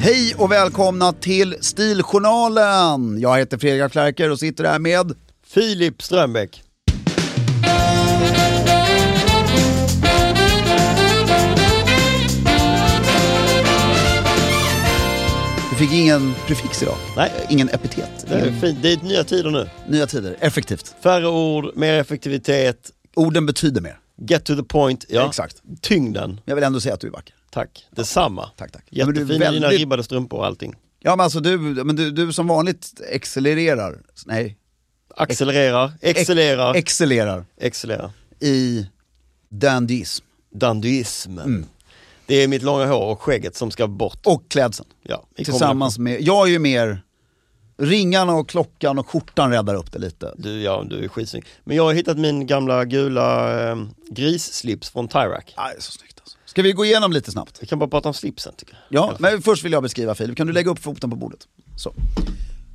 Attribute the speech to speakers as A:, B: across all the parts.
A: Hej och välkomna till Stiljournalen! Jag heter Fredrik af Klerker och sitter här med
B: Filip Strömbäck.
A: Du fick ingen prefix idag.
B: Nej.
A: Ingen epitet.
B: Det är
A: Ingen...
B: fint. Det är nya tider nu.
A: Nya tider. Effektivt.
B: Färre ord, mer effektivitet,
A: Orden betyder mer.
B: get to the point. Ja.
A: Exakt.
B: Tyngden.
A: Men jag vill ändå säga att du är vacker.
B: Tack. Detsamma.
A: Tack, tack. Ja, men du är
B: Jättefin i dina
A: väldigt-
B: ribbade strumpor och allting.
A: Ja men alltså du, men du, du som vanligt accelererar, nej,
B: Accelererar, excellerar,
A: excellerar
B: excellerar.
A: i dandyism
B: Dandyismen.
A: Mm.
B: Det är mitt långa hår och skägget som ska bort.
A: och klädseln.
B: Ja, i
A: Tillsammans med, jag är ju mer, ringarna och klockan och skjortan räddar upp det lite.
B: kombination. Du, ja, du är skitsnygg. Men jag har hittat min gamla gula eh, grisslips från Tyrak.
A: Nej, så snyggt alltså. Ska vi gå igenom lite snabbt?
B: Vi kan bara prata om slipsen tycker jag.
A: Ja, men först vill jag beskriva Filip, kan du lägga upp foten på bordet? Så.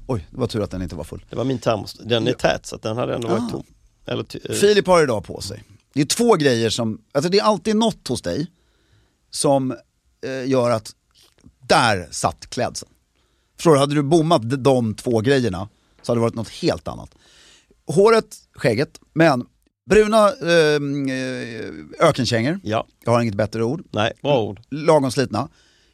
A: Oj, det var tur att den inte var full.
B: Det var min termos. Den är tät så att den hade ändå
A: Ah.
B: varit tom. Eller ty- eh,
A: Filip har idag på sig. Det är två grejer som, alltså det är alltid något hos dig som eh, gör att där satt klädseln. Förstår du, hade du bommat de- de två grejerna så hade det varit något helt annat. Håret, skägget, men bruna eh, eh, ökenkängor,
B: Ja,
A: jag har inget bättre ord,
B: nej, bra
A: Mm.
B: ord.
A: lagom slitna.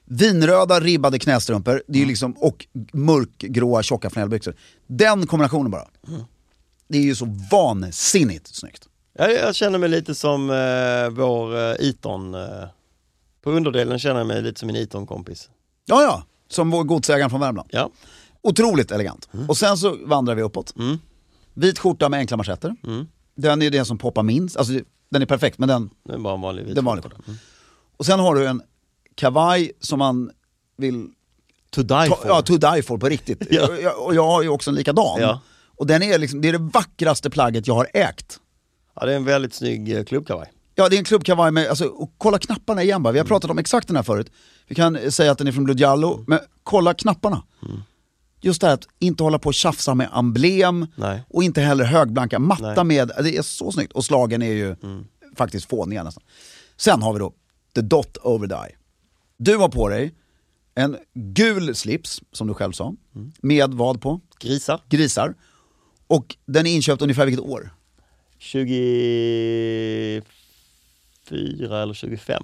A: Vinröda ribbade knästrumpor det är ju liksom, och mörkgråa tjocka flanellbyxor. Den kombinationen bara. Det är ju så vansinnigt snyggt.
B: Jag, jag känner mig lite som eh, vår eh, Iton. Eh, på underdelen känner jag mig lite som min Iton-kompis.
A: Ja, ja. Som vår godsägaren från Värmland.
B: Ja, Mm.
A: Otroligt elegant. Och sen så vandrar vi uppåt. Vit skjorta med enkla manschetter. Den är den som poppar minst. Alltså, den är perfekt, men den,
B: Mm. det Mm. är bara en vanlig vit.
A: den vanliga skjortan. Och sen har du en kavaj som man vill...
B: To die
A: Ta,
B: for.
A: ja, to die for på riktigt.
B: Ja.
A: Och jag- Och jag har ju också en likadan.
B: Ja.
A: Och den är liksom, det är det vackraste plagget jag har ägt.
B: ja, det är en väldigt snygg eh, klubbkavaj.
A: Ja, det är en klubbkavaj med, alltså, och kolla knapparna igen bara. Vi har pratat om exakt den här förut. Vi kan eh, säga att den är från Lugiallo,
B: Mm.
A: men kolla knapparna. Just det här att inte hålla på och tjafsa med emblem
B: Nej.
A: och inte heller högblanka. Matta
B: Nej. Mm.
A: med, det är så snyggt. Och slagen är ju faktiskt fåniga nästan. Sen har vi då the dot over the eye. Du har på dig en gul slips, som du själv sa,
B: Mm.
A: med vad på?
B: Grisar.
A: Grisar. Och den är inköpt ungefär vilket år?
B: 24 eller 25.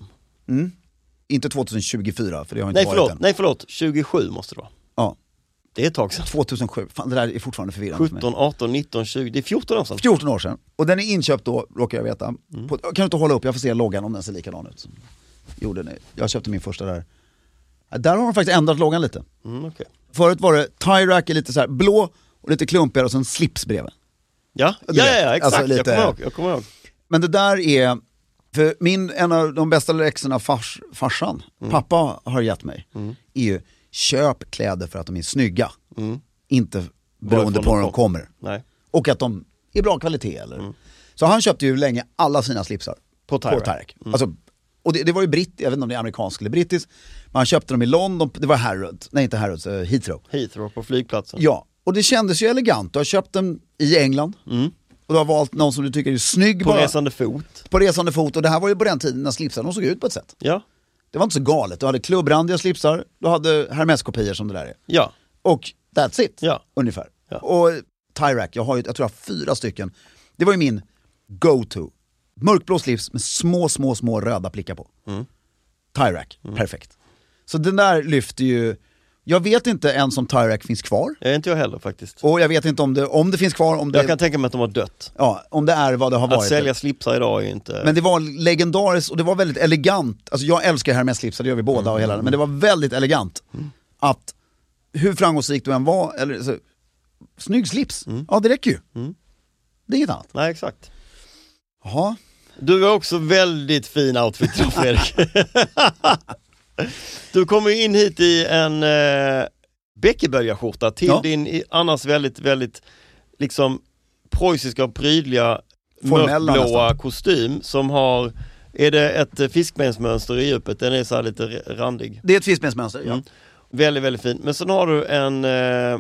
A: Inte 2024, för det har inte
B: Nej
A: varit
B: förlåt,
A: än.
B: nej förlåt, 27 måste det vara.
A: Ja,
B: Det är ett tag sedan.
A: 2007. Fan, det där är fortfarande förvirrande för mig.
B: 17, 18, 19, 20, det är 14 år sedan.
A: 14 år sedan. Och den är inköpt då, råkar jag veta.
B: Mm.
A: På, kan du inte hålla upp, jag får se loggan om den ser likadan ut. som- Jo, den är, jag köpte min första där. Ja, Där har de faktiskt ändrat loggan lite.
B: Mm, okej.
A: Förut var det, tie-rack är lite så här blå och lite klumpigare och sen slips bredvid.
B: Ja, ja,
A: vet,
B: ja, ja, exakt.
A: alltså lite-
B: Jag kommer ihåg. Jag kommer ihåg.
A: Men det där är, för min, en av de bästa läxorna fars, farsan,
B: Mm.
A: pappa har gett mig, är ju köp kläder för att de är snygga. Inte beroende
B: Mm. Varifrån
A: på
B: de
A: när de
B: kommer.
A: kommer.
B: Nej.
A: Och att de är bra kvalitet. Eller? Så han köpte ju länge alla sina slipsar.
B: Mm. På Mm. Tyrek.
A: Alltså, och det, det var ju britt, jag vet inte om det är amerikansk eller brittisk. Men han köpte dem i London, det var Harrods, nej inte Harrods, eh, Heathrow.
B: Heathrow på flygplatsen.
A: Ja, och det kändes ju elegant. Du har köpt den i England. Och du har valt någon som du tycker är snygg
B: Mm. På
A: bara.
B: resande fot.
A: På resande fot. Och det här var ju på den tiden när slipsar de såg ut på ett sätt.
B: Ja,
A: Det var inte så galet. Du hade klubbrandiga slipsar, du hade Hermes-kopior som det där är.
B: ja.
A: Och that's it,
B: Ja.
A: ungefär.
B: Ja.
A: Och Tyrak, jag, har ju, jag tror jag har fyra stycken. Det var ju min go-to. Mörkblå slips med små, små, små röda prickar på. Mm. Tyrak,
B: Mm.
A: perfekt. Så den där lyfter ju, jag vet inte ens om Tyrak finns kvar.
B: Jag är Eh, inte jag heller faktiskt.
A: Och jag vet inte om det, om det finns kvar, om det,
B: Jag kan tänka mig att de har dött.
A: ja, om det är vad det har
B: Att
A: varit.
B: sälja slipsar idag är ju inte...
A: Men det var legendariskt och det var väldigt elegant. Alltså jag älskar Hermes-slipsar, det gör vi båda och hela det. Men det var väldigt elegant. Att hur framgångsrik du än var, eller så, snygg slips, ja det räcker ju. Det är inget annat.
B: Nej, exakt.
A: Jaha.
B: Du har också väldigt fin outfit då, Fredrik. du kommer ju in hit i en eh, Beckebergaskjorta till
A: Ja.
B: din i- annars väldigt, väldigt liksom preussiska och prydliga
A: Formella
B: mörkblåa
A: nästan.
B: kostym som har, är det ett eh, fiskbensmönster i djupet? Den är så här lite r- randig.
A: Det är ett fiskbensmönster, ja.
B: Mm. Väldigt, väldigt fin. Men sen har du en, eh,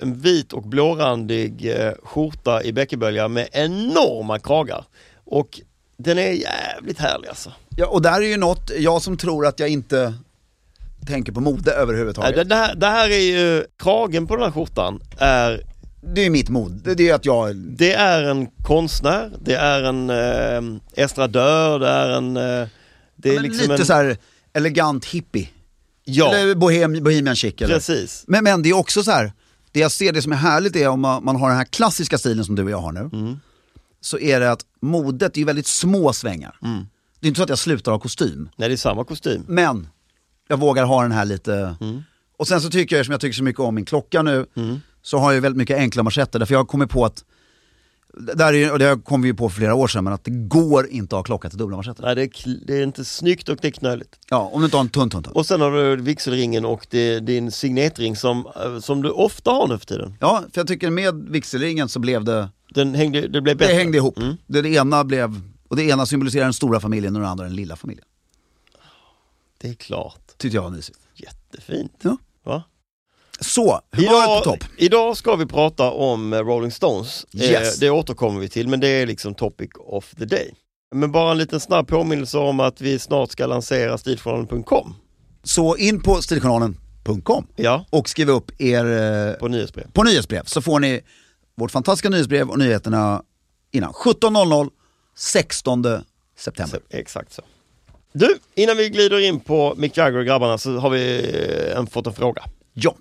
B: en vit och blårandig eh, skjorta i Bäckebölja med enorma kragar. Och den är jävligt härlig alltså.
A: ja. Och där är ju något, jag som tror att jag inte tänker på mode
B: Nej,
A: överhuvudtaget.
B: Det, det, här, det här är ju, kragen på den här skjortan är,
A: Det är ju mitt mod, det, det är ju att jag...
B: det är en konstnär, det är en eh, estradör, det är en... Eh, det är
A: men
B: liksom
A: lite
B: en,
A: så här elegant hippie.
B: ja,
A: Eller bohem, bohemian chic eller?
B: precis.
A: Men, men det är också så här, det jag ser det som är härligt är om man, man har den här klassiska stilen som du och jag har nu. Så är det att modet det är ju väldigt små svängar. Det är inte så att jag slutar ha kostym,
B: Nej, det är samma kostym.
A: men jag vågar ha den här lite... Och sen så tycker jag, som jag tycker så mycket om min klocka nu, så har jag ju väldigt mycket enkla marschetter. Därför jag har kommit på att, där är, ju- och det kom vi ju på för flera år sedan, men att det går inte att ha klocka till dubbla marschetter.
B: Nej, det är, kl- det är inte snyggt och det är knöligt.
A: Ja, om du inte har en tunn tunn tunn.
B: Och sen har du vigselringen och det, din signetring som, eh, som du ofta har nu för tiden.
A: Ja, för jag tycker med vigselringen så blev det
B: Den hängde, det blev
A: Det
B: bättre. Mm.
A: hängde ihop. Det, det ena blev, och det ena symboliserar den stora familjen och det andra den lilla familjen.
B: Det är klart.
A: Tyckte jag var mysigt.
B: Jättefint.
A: Ja.
B: Va?
A: Så, humöret på topp.
B: idag ska vi prata om eh, Rolling Stones. Eh,
A: Yes.
B: Det återkommer vi till, men det är liksom topic of the day. Men bara en liten snabb påminnelse om att vi snart ska lansera stiljournalen.com.
A: Så in på stiljournalen.com
B: Ja,
A: och skriv upp er eh,
B: på nyhetsbrev.
A: på nyhetsbrev så får ni vårt fantastiska nyhetsbrev och nyheterna innan. 17.00 16 september.
B: Exakt så. Du, innan vi glider in på Mick Jagger och grabbarna så har vi eh, en, fått en fråga.
A: Ja,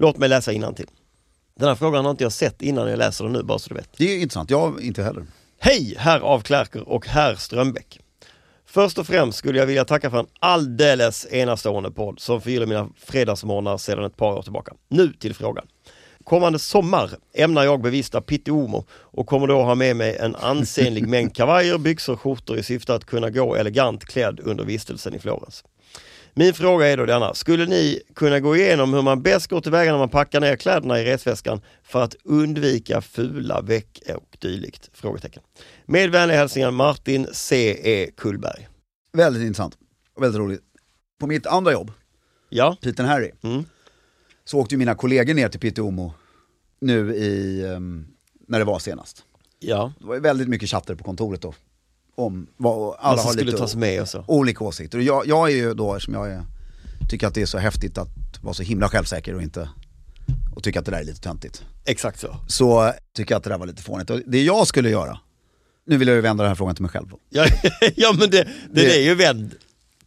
B: Låt mig läsa innantill. Den här frågan har inte jag sett innan jag läser den nu, bara så du vet.
A: det är intressant. Jag inte heller.
B: Hej herr Avklärker och herr Strömbäck. Först och främst skulle jag vilja tacka för en alldeles enastående podd som förgyller mina fredagsmorgnar sedan ett par år tillbaka. Nu till frågan. Kommande sommar ämnar jag bevista Pitti Umo och kommer då ha med mig en ansenlig mängd kavajer, byxor och skjortor i syfte att kunna gå elegant klädd under vistelsen i Florens. Min fråga är då denna, skulle ni kunna gå igenom hur man bäst går tillväga när man packar ner kläderna i resväskan för att undvika fula veck och dylikt? Frågetecken. Med vänliga hälsningar Martin C.E. Kullberg.
A: Väldigt intressant. och Väldigt roligt. På mitt andra jobb,
B: Ja,
A: Pete and Harry,
B: Mm.
A: så åkte ju mina kollegor ner till Piteå nu i, ehm, när det var senast.
B: ja.
A: det var ju väldigt mycket chatter på kontoret då. Om vad, och alla
B: Alla som
A: har
B: skulle
A: lite
B: tas med och så.
A: olika åsikter. Och Jag, jag är ju då, eftersom jag är, tycker att det är så häftigt att vara så himla självsäker och inte och tycka att det där är lite töntigt.
B: Exakt så.
A: Så tycker jag att det där var lite fånigt. Och det jag skulle göra, nu vill jag ju vända den här frågan till mig själv då.
B: Ja, ja men det, det,
A: Det-
B: är ju vänd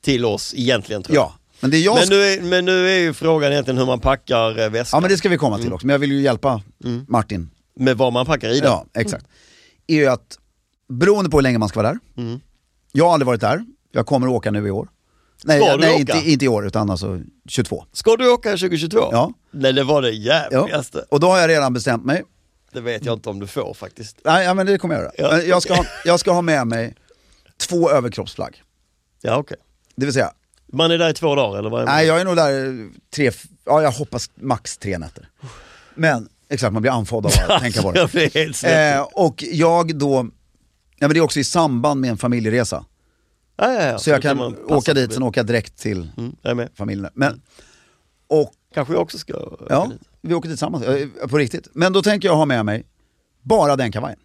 B: till oss egentligen tror jag.
A: Ja, men det jag
B: men, nu är, men nu är ju frågan egentligen hur man packar eh, väskan.
A: Ja men det ska vi komma till också, men jag vill ju hjälpa
B: Mm.
A: Martin.
B: Med vad man packar i den.
A: Ja, exakt. Är ju att, beroende på hur länge man ska vara där.
B: Mm.
A: Jag har aldrig varit där, jag kommer att åka nu i år. Nej,
B: Ska du
A: nej
B: åka?
A: Inte, inte i år, utan alltså 22.
B: Ska du åka 2022?
A: Ja.
B: Nej, det var det
A: Ja.
B: jävligaste.
A: Och då har jag redan bestämt mig.
B: Det vet jag inte om du får faktiskt.
A: Nej, ja, men det kommer jag göra.
B: Ja,
A: Men jag, ska ha, jag ska ha med mig två överkroppsplagg.
B: Ja, okej.
A: Det vill säga,
B: Man är där i två dagar eller vad är man?
A: nej jag är nog där eh, tre, f- ja jag hoppas max tre nätter. Men, exakt man blir andfådd av att tänka på det.
B: Jag blir helt snett.
A: Eh, och jag då, ja, men det är också i samband med en familjeresa.
B: ja, ja, ja.
A: Så jag
B: Då
A: kan
B: man passa
A: åka dit,
B: förbi.
A: sen åka direkt till
B: Mm, jag är med.
A: familjen. Men, och
B: Kanske jag också ska åka
A: ja,
B: dit.
A: vi åker tillsammans, eh, på riktigt. Men då tänker jag ha med mig bara den kavajen.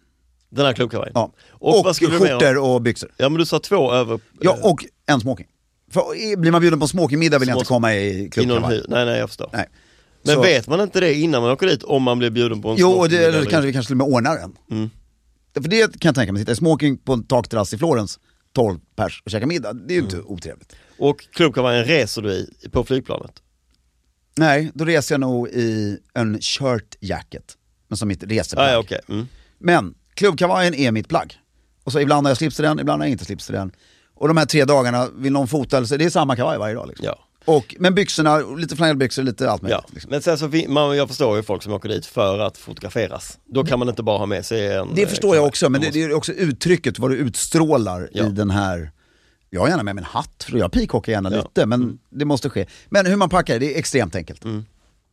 B: Den här klubbkavajen.
A: Ja.
B: Och,
A: Och,
B: vad skulle du med om?
A: skjortor och byxor.
B: Ja men du sa två över...
A: Ja, och en smoking. För eh, blir man bjuden på en smokingmiddag vill jag inte
B: Smoking.
A: komma i
B: i någon
A: klubbkavaj.
B: eh, hy- Nej nej jag förstår.
A: Nej.
B: Men
A: Så-
B: vet man inte det innan man åker dit om Mm. man blir bjuden på en
A: Jo, och
B: smoking
A: det,
B: eller
A: eller
B: inte?
A: kanske vi kanske till och med ordnar en. För det kan jag tänka mig, sitta i smoking på en takterrass i Florens, 12 pers och käka middag. Det är ju inte
B: Mm.
A: otrevligt.
B: Och klubbkavajen reser du i på flygplanet?
A: Nej, då reser jag nog i en shirt jacket. Men som mitt reseplagg.
B: Ah, ja, okej. Mm.
A: Men klubbkavajen är mitt plagg. Och så ibland har jag slips till den, ibland har jag inte slips till den. Och de här tre dagarna, vill någon fota eller så, det är samma kavaj varje dag liksom.
B: Ja.
A: Och, men byxorna, lite flanellbyxor, lite allt möjligt.
B: Ja.
A: Liksom.
B: Men sen så, fin- man, jag förstår ju folk som åker dit för att fotograferas. Då kan man inte bara ha med sig en...
A: Det
B: eh,
A: förstår jag
B: kavaj.
A: också, men det, det är också uttrycket, vad du utstrålar
B: Ja.
A: i den här... Jag har gärna med mig en hatt, för jag peacockar gärna
B: Ja. Mm.
A: lite, men det måste ske. Men hur man packar, det är extremt enkelt.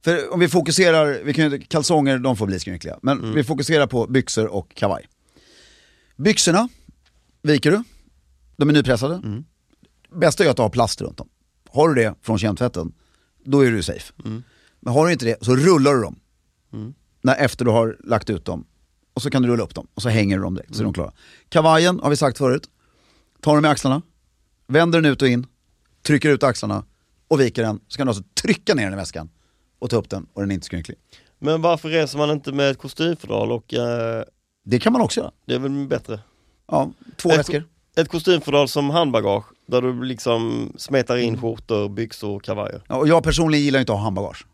A: För om vi fokuserar, vi kan, ju- kalsonger de får bli skrynkliga, men
B: Mm.
A: vi fokuserar på byxor och kavaj. Byxorna viker du, de är nypressade.
B: Mm.
A: Bästa är att ha plast runt dem. Har du det från kemtvätten, då är du safe.
B: Mm.
A: Men har du inte det, så rullar du dem. När, efter du har lagt ut dem. Och så kan du rulla upp dem och så hänger du dem direkt så är de klara. Kavajen har vi sagt förut, tar den med axlarna, vänder den ut och in, trycker ut axlarna och viker den. Så kan du alltså trycka ner den i väskan och ta upp den och den är inte skrynklig.
B: Men varför reser man inte med ett kostymfodral och... eh,
A: Det kan man också göra.
B: det är väl bättre?
A: Ja, två
B: Ett-
A: väskor.
B: Ett kostymfodral som handbagage, där du liksom smetar in skjortor, byxor och kavajer.
A: Ja, och jag personligen gillar ju inte att ha handbagage.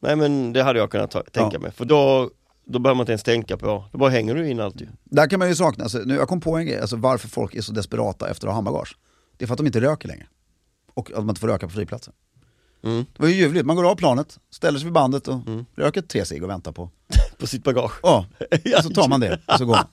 B: Nej men det hade jag kunnat ta- tänka
A: Ja.
B: mig, för då, då behöver man inte ens tänka på, då bara hänger du in allt ju.
A: Där kan man ju sakna, alltså, nu, jag kom på en grej, alltså, varför folk är så desperata efter att ha handbagage. Det är för att de inte röker längre. Och att man inte får röka på flygplatsen.
B: Mm.
A: Det var ju ljuvligt, man går av planet, ställer sig vid bandet och röker tre cigg och väntar på
B: På sitt bagage.
A: Ja, och så tar man det och så går man.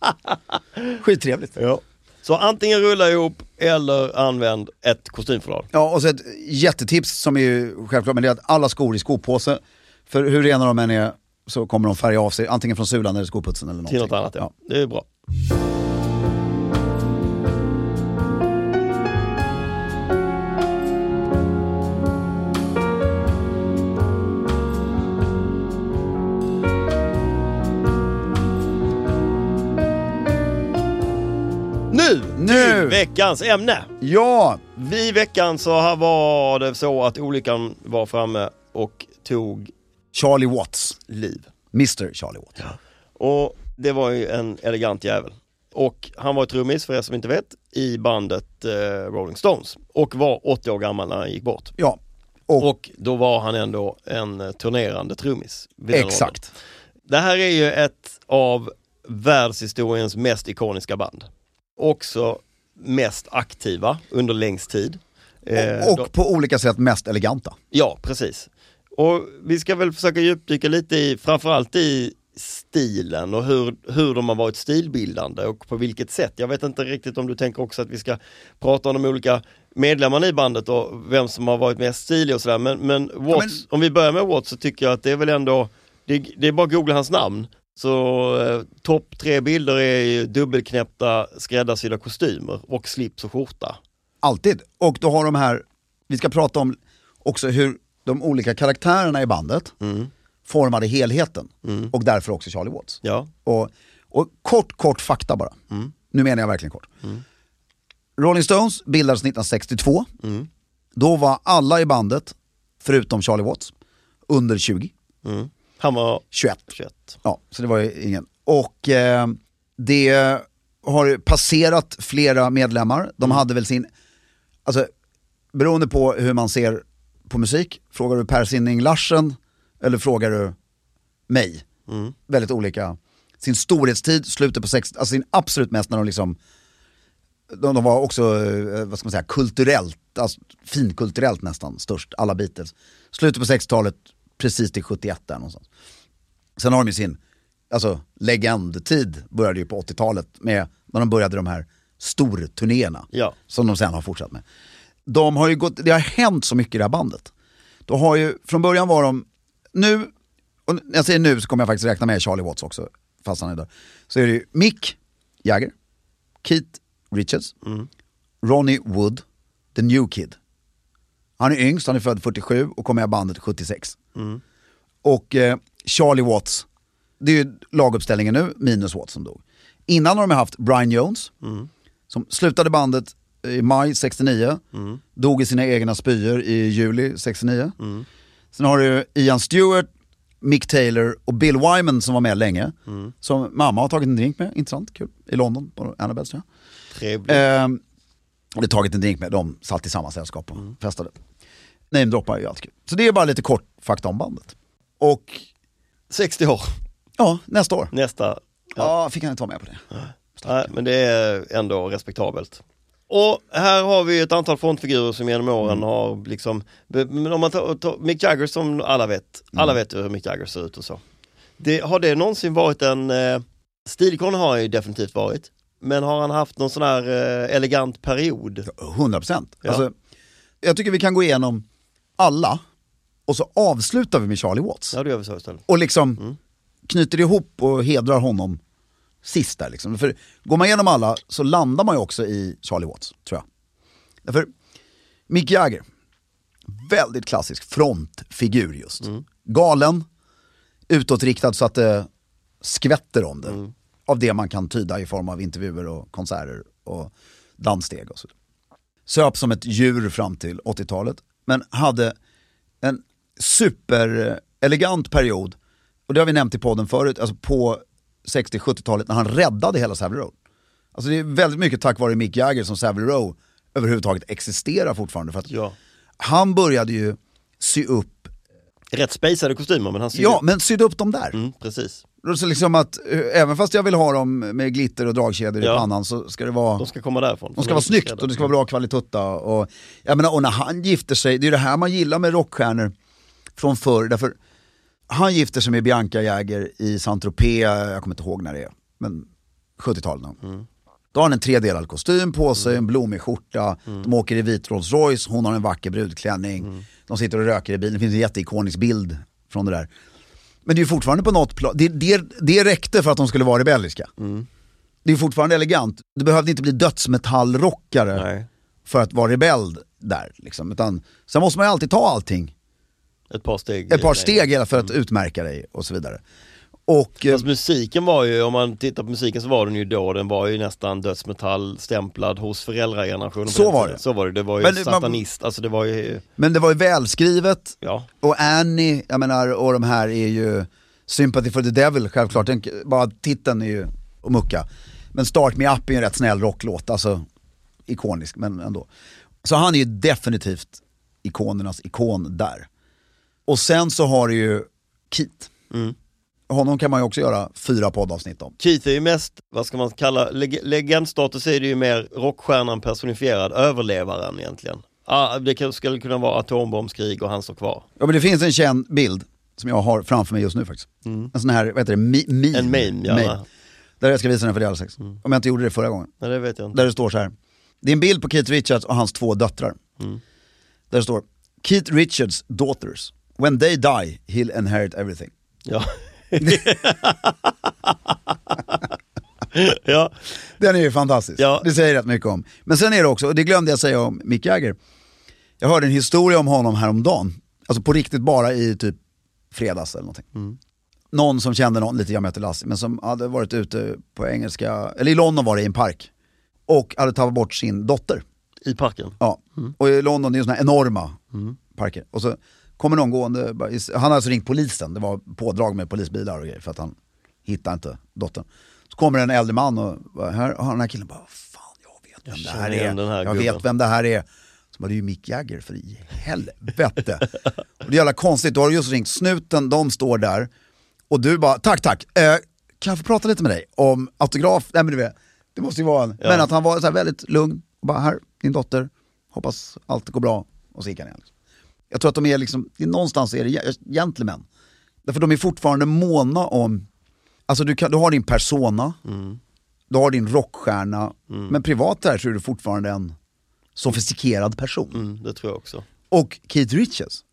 A: Skittrevligt.
B: Ja. Så antingen rulla ihop eller använd ett kostymfodral.
A: Ja, och så ett jättetips som är ju självklart, men det är att alla skor i skopåse. För hur rena de än är så kommer de färga av sig, antingen från sulan eller skoputsen eller
B: Till
A: någonting.
B: något annat ja. Det är bra. Nu!
A: Nu!
B: till Veckans ämne!
A: Ja,
B: Vi i veckan så här var det så att olyckan var framme och tog
A: Charlie Watts.
B: liv.
A: Mr Charlie Watts.
B: Och det var ju en elegant jävel. Och han var trummis, för er som inte vet, i bandet eh, Rolling Stones. Och var 80 år gammal när han gick bort.
A: Ja, och,
B: Och då var han ändå en eh, turnerande trummis. vid den åldern.
A: exakt.
B: Det här är ju ett av världshistoriens mest ikoniska band. Också mest aktiva under längst tid. Eh,
A: Och,
B: de-
A: och på olika sätt mest eleganta.
B: Ja, precis. Och vi ska väl försöka djupdyka lite i, framförallt i stilen och hur, hur de har varit stilbildande och på vilket sätt. Jag vet inte riktigt om du tänker också att vi ska prata om de olika medlemmarna i bandet och vem som har varit mest stilig och sådär. Men, men Watts, om vi börjar med Watts så tycker jag att det är väl ändå, det, det är bara att googla hans namn. Så eh, topp tre bilder är ju dubbelknäppta skräddarsydda kostymer och slips och skjorta.
A: Alltid. Och då har de här, vi ska prata om också hur de olika karaktärerna i bandet
B: Mm.
A: formade helheten. Och därför också Charlie Watts.
B: Ja, Mm.
A: Och, och kort, kort fakta bara. Nu menar jag verkligen kort. Rolling Stones bildades 1962.
B: Mm.
A: Då var alla i bandet, förutom Charlie Watts, under 20.
B: mm. han var
A: 21.
B: 21.
A: Ja, så det var ju ingen. Och eh, det har passerat flera medlemmar. De hade väl sin, alltså beroende på hur man ser på musik, frågar du Per Sinding Larsen eller frågar du mig? Väldigt olika. Sin storhetstid, slutet på 60 alltså sin absolut mest när de liksom, de, de var också, eh, vad ska man säga, kulturellt, alltså finkulturellt nästan störst, alla Beatles. Slutet på 60-talet, precis till 71 där någonstans. Sen har de ju sin, alltså legendtid började ju på 80-talet med, när de började de här storturnéerna.
B: Ja.
A: Som de sen har fortsatt med. De har ju gått, det har hänt så mycket i det här bandet. De har ju, från början var de, nu, och när jag säger nu så kommer jag faktiskt räkna med Charlie Watts också, fast han är död. Så är det ju Mick Jagger, Keith Richards, Ronnie Wood, the new kid. Han är yngst, han är född 47 och kom med i bandet 76. Och eh, Charlie Watts, det är ju laguppställningen nu, minus Watts som dog. Innan har de haft Brian Jones, som slutade bandet i maj 69, dog i sina egna spyor i juli 69. Sen har du Ian Stewart, Mick Taylor och Bill Wyman som var med länge. Som mamma har tagit en drink med, intressant, kul, i London på Annabels tror jag.
B: Trevligt.
A: Ehm, och det tagit en drink med, de satt i samma sällskap och
B: Mm.
A: festade. Namedroppar är ju alltid kul. Så det är bara lite kort fakta om bandet. Och
B: 60 år,
A: ja, nästa år.
B: nästa.
A: Ja, fick han inte vara med på det.
B: Nej, men det är ändå respektabelt. Och här har vi ett antal frontfigurer som genom åren
A: Mm.
B: har liksom, men om man tar, tar Mick Jagger som alla vet,
A: Mm.
B: alla vet ju hur Mick Jagger ser ut och så. Det, har det någonsin varit en, eh, stilikon har han ju definitivt varit, men har han haft någon sån här eh, elegant period?
A: 100 procent.
B: Ja.
A: Alltså, jag tycker vi kan gå igenom alla och så avslutar vi med Charlie Watts.
B: Ja, Mm. det gör vi så istället.
A: Och liksom knyter ihop och hedrar honom sist där. Liksom. För går man igenom alla så landar man ju också i Charlie Watts, tror jag. Därför, Mick Jagger, väldigt klassisk frontfigur just. Galen, utåtriktad så att det skvätter om det. Av det man kan tyda i form av intervjuer och konserter och danssteg och så. Söp som ett djur fram till 80-talet, men hade en superelegant period, och det har vi nämnt i podden förut, alltså på 60-70-talet när han räddade hela Savile Row. Alltså det är väldigt mycket tack vare Mick Jagger som Savile Row överhuvudtaget existerar fortfarande. För att
B: Ja.
A: Han började ju sy upp,
B: Rätt spejsade kostymer, men han ser
A: ja men sydde upp dem där.
B: mm, precis.
A: Så liksom att, eh, även fast jag vill ha dem med glitter och dragkedjor
B: Ja.
A: i pannan så ska det vara...
B: De ska komma därifrån.
A: De ska vara snyggt och det ska vara bra kvalitutta. Och, jag menar, och när han gifter sig, det är ju det här man gillar med rockstjärnor från förr. Därför, han gifter sig med Bianca Jagger i Saint-Tropez, jag kommer inte ihåg när det är, men 70-talet någon gång. Då har han en tredelad kostym på sig, en blommig skjorta, de åker i vit Rolls Royce, hon har en vacker brudklänning, de sitter och röker i bilen, det finns en jätteikonisk bild från det där. Men det är ju fortfarande på något plan, det, det, det räckte för att de skulle vara rebelliska. Det är ju fortfarande elegant, du behövde inte bli dödsmetallrockare
B: Nej,
A: för att vara rebell där. Liksom. Utan, sen måste man ju alltid ta allting,
B: ett par steg.
A: ett par
B: längre.
A: steg hela för att utmärka dig och så vidare. Och, eh,
B: Mm. Fast musiken var ju, om man tittar på musiken så var den ju då, den var ju nästan dödsmetallstämplad hos föräldragenerationen. på
A: Så
B: den
A: var
B: tiden.
A: det.
B: Så var det, det var ju
A: Men det- man-
B: satanist, alltså det var ju,
A: men det var ju välskrivet
B: ja.
A: och Annie, jag menar, och de här är ju Sympathy for the Devil självklart, den, bara titeln är ju att mucka. Men Start Me Up är ju en rätt snäll rocklåt, alltså ikonisk men ändå. Så han är ju definitivt ikonernas ikon där. Och sen så har du ju Keith.
B: Mm.
A: Honom kan man ju också göra fyra poddavsnitt om.
B: Keith är ju mest, vad ska man kalla, leg- legendstatus är det ju mer rockstjärnan personifierad, överlevaren egentligen. Ah, det kan- skulle kunna vara atombombskrig och han står kvar.
A: Ja men det finns en känd bild som jag har framför mig just nu faktiskt. En sån här, vad heter det, mi- meme.
B: Mm. En meme, ja. Mm.
A: Där jag ska visa den för dig alldeles strax. Om jag inte gjorde det förra gången.
B: Nej det vet jag inte.
A: Där det står så här. Det är en bild på Keith Richards och hans två döttrar. Där det står, Keith Richards daughters, when they die he'll inherit everything.
B: Ja. ja,
A: Den är ju fantastisk,
B: Ja.
A: det säger rätt mycket om. Men sen är det också, och det glömde jag säga om Mick Jagger. Jag hörde en historia om honom häromdagen, alltså på riktigt bara i typ fredags eller någonting. Någon som kände någon, lite jag möter Lasse, men som hade varit ute på engelska, eller i London var det i en park. Och hade tappat bort sin dotter.
B: i parken.
A: Ja. Och i London, det är ju sådana här enorma parker. Och så kommer någon gående, bara- han hade alltså ringt polisen, det var pådrag med polisbilar och grejer för att han hittade inte dottern. Så kommer en äldre man och bara, här, och den här killen bara, fan jag vet vem det
B: känner
A: här
B: igen
A: är.
B: den här
A: jag
B: gubben."
A: vet vem det här är. Så Så bara, det är ju Mick Jagger för i helvete. och det är jävla konstigt, då har du just ringt snuten, de står där och du bara, tack tack, eh, kan jag få prata lite med dig om autograf? Nej men du vet, det måste ju vara en. Men att han var så här väldigt lugn och bara, här, din dotter, hoppas allt går bra. Och så gick han igen. Jag tror att de är liksom, det är någonstans är det ge- gentlemän. Därför de är fortfarande måna om, alltså du, kan, du har din persona, du har din rockstjärna, men privat där så är du fortfarande en sofistikerad person.
B: Mm, det tror jag också.
A: Och Keith Richards.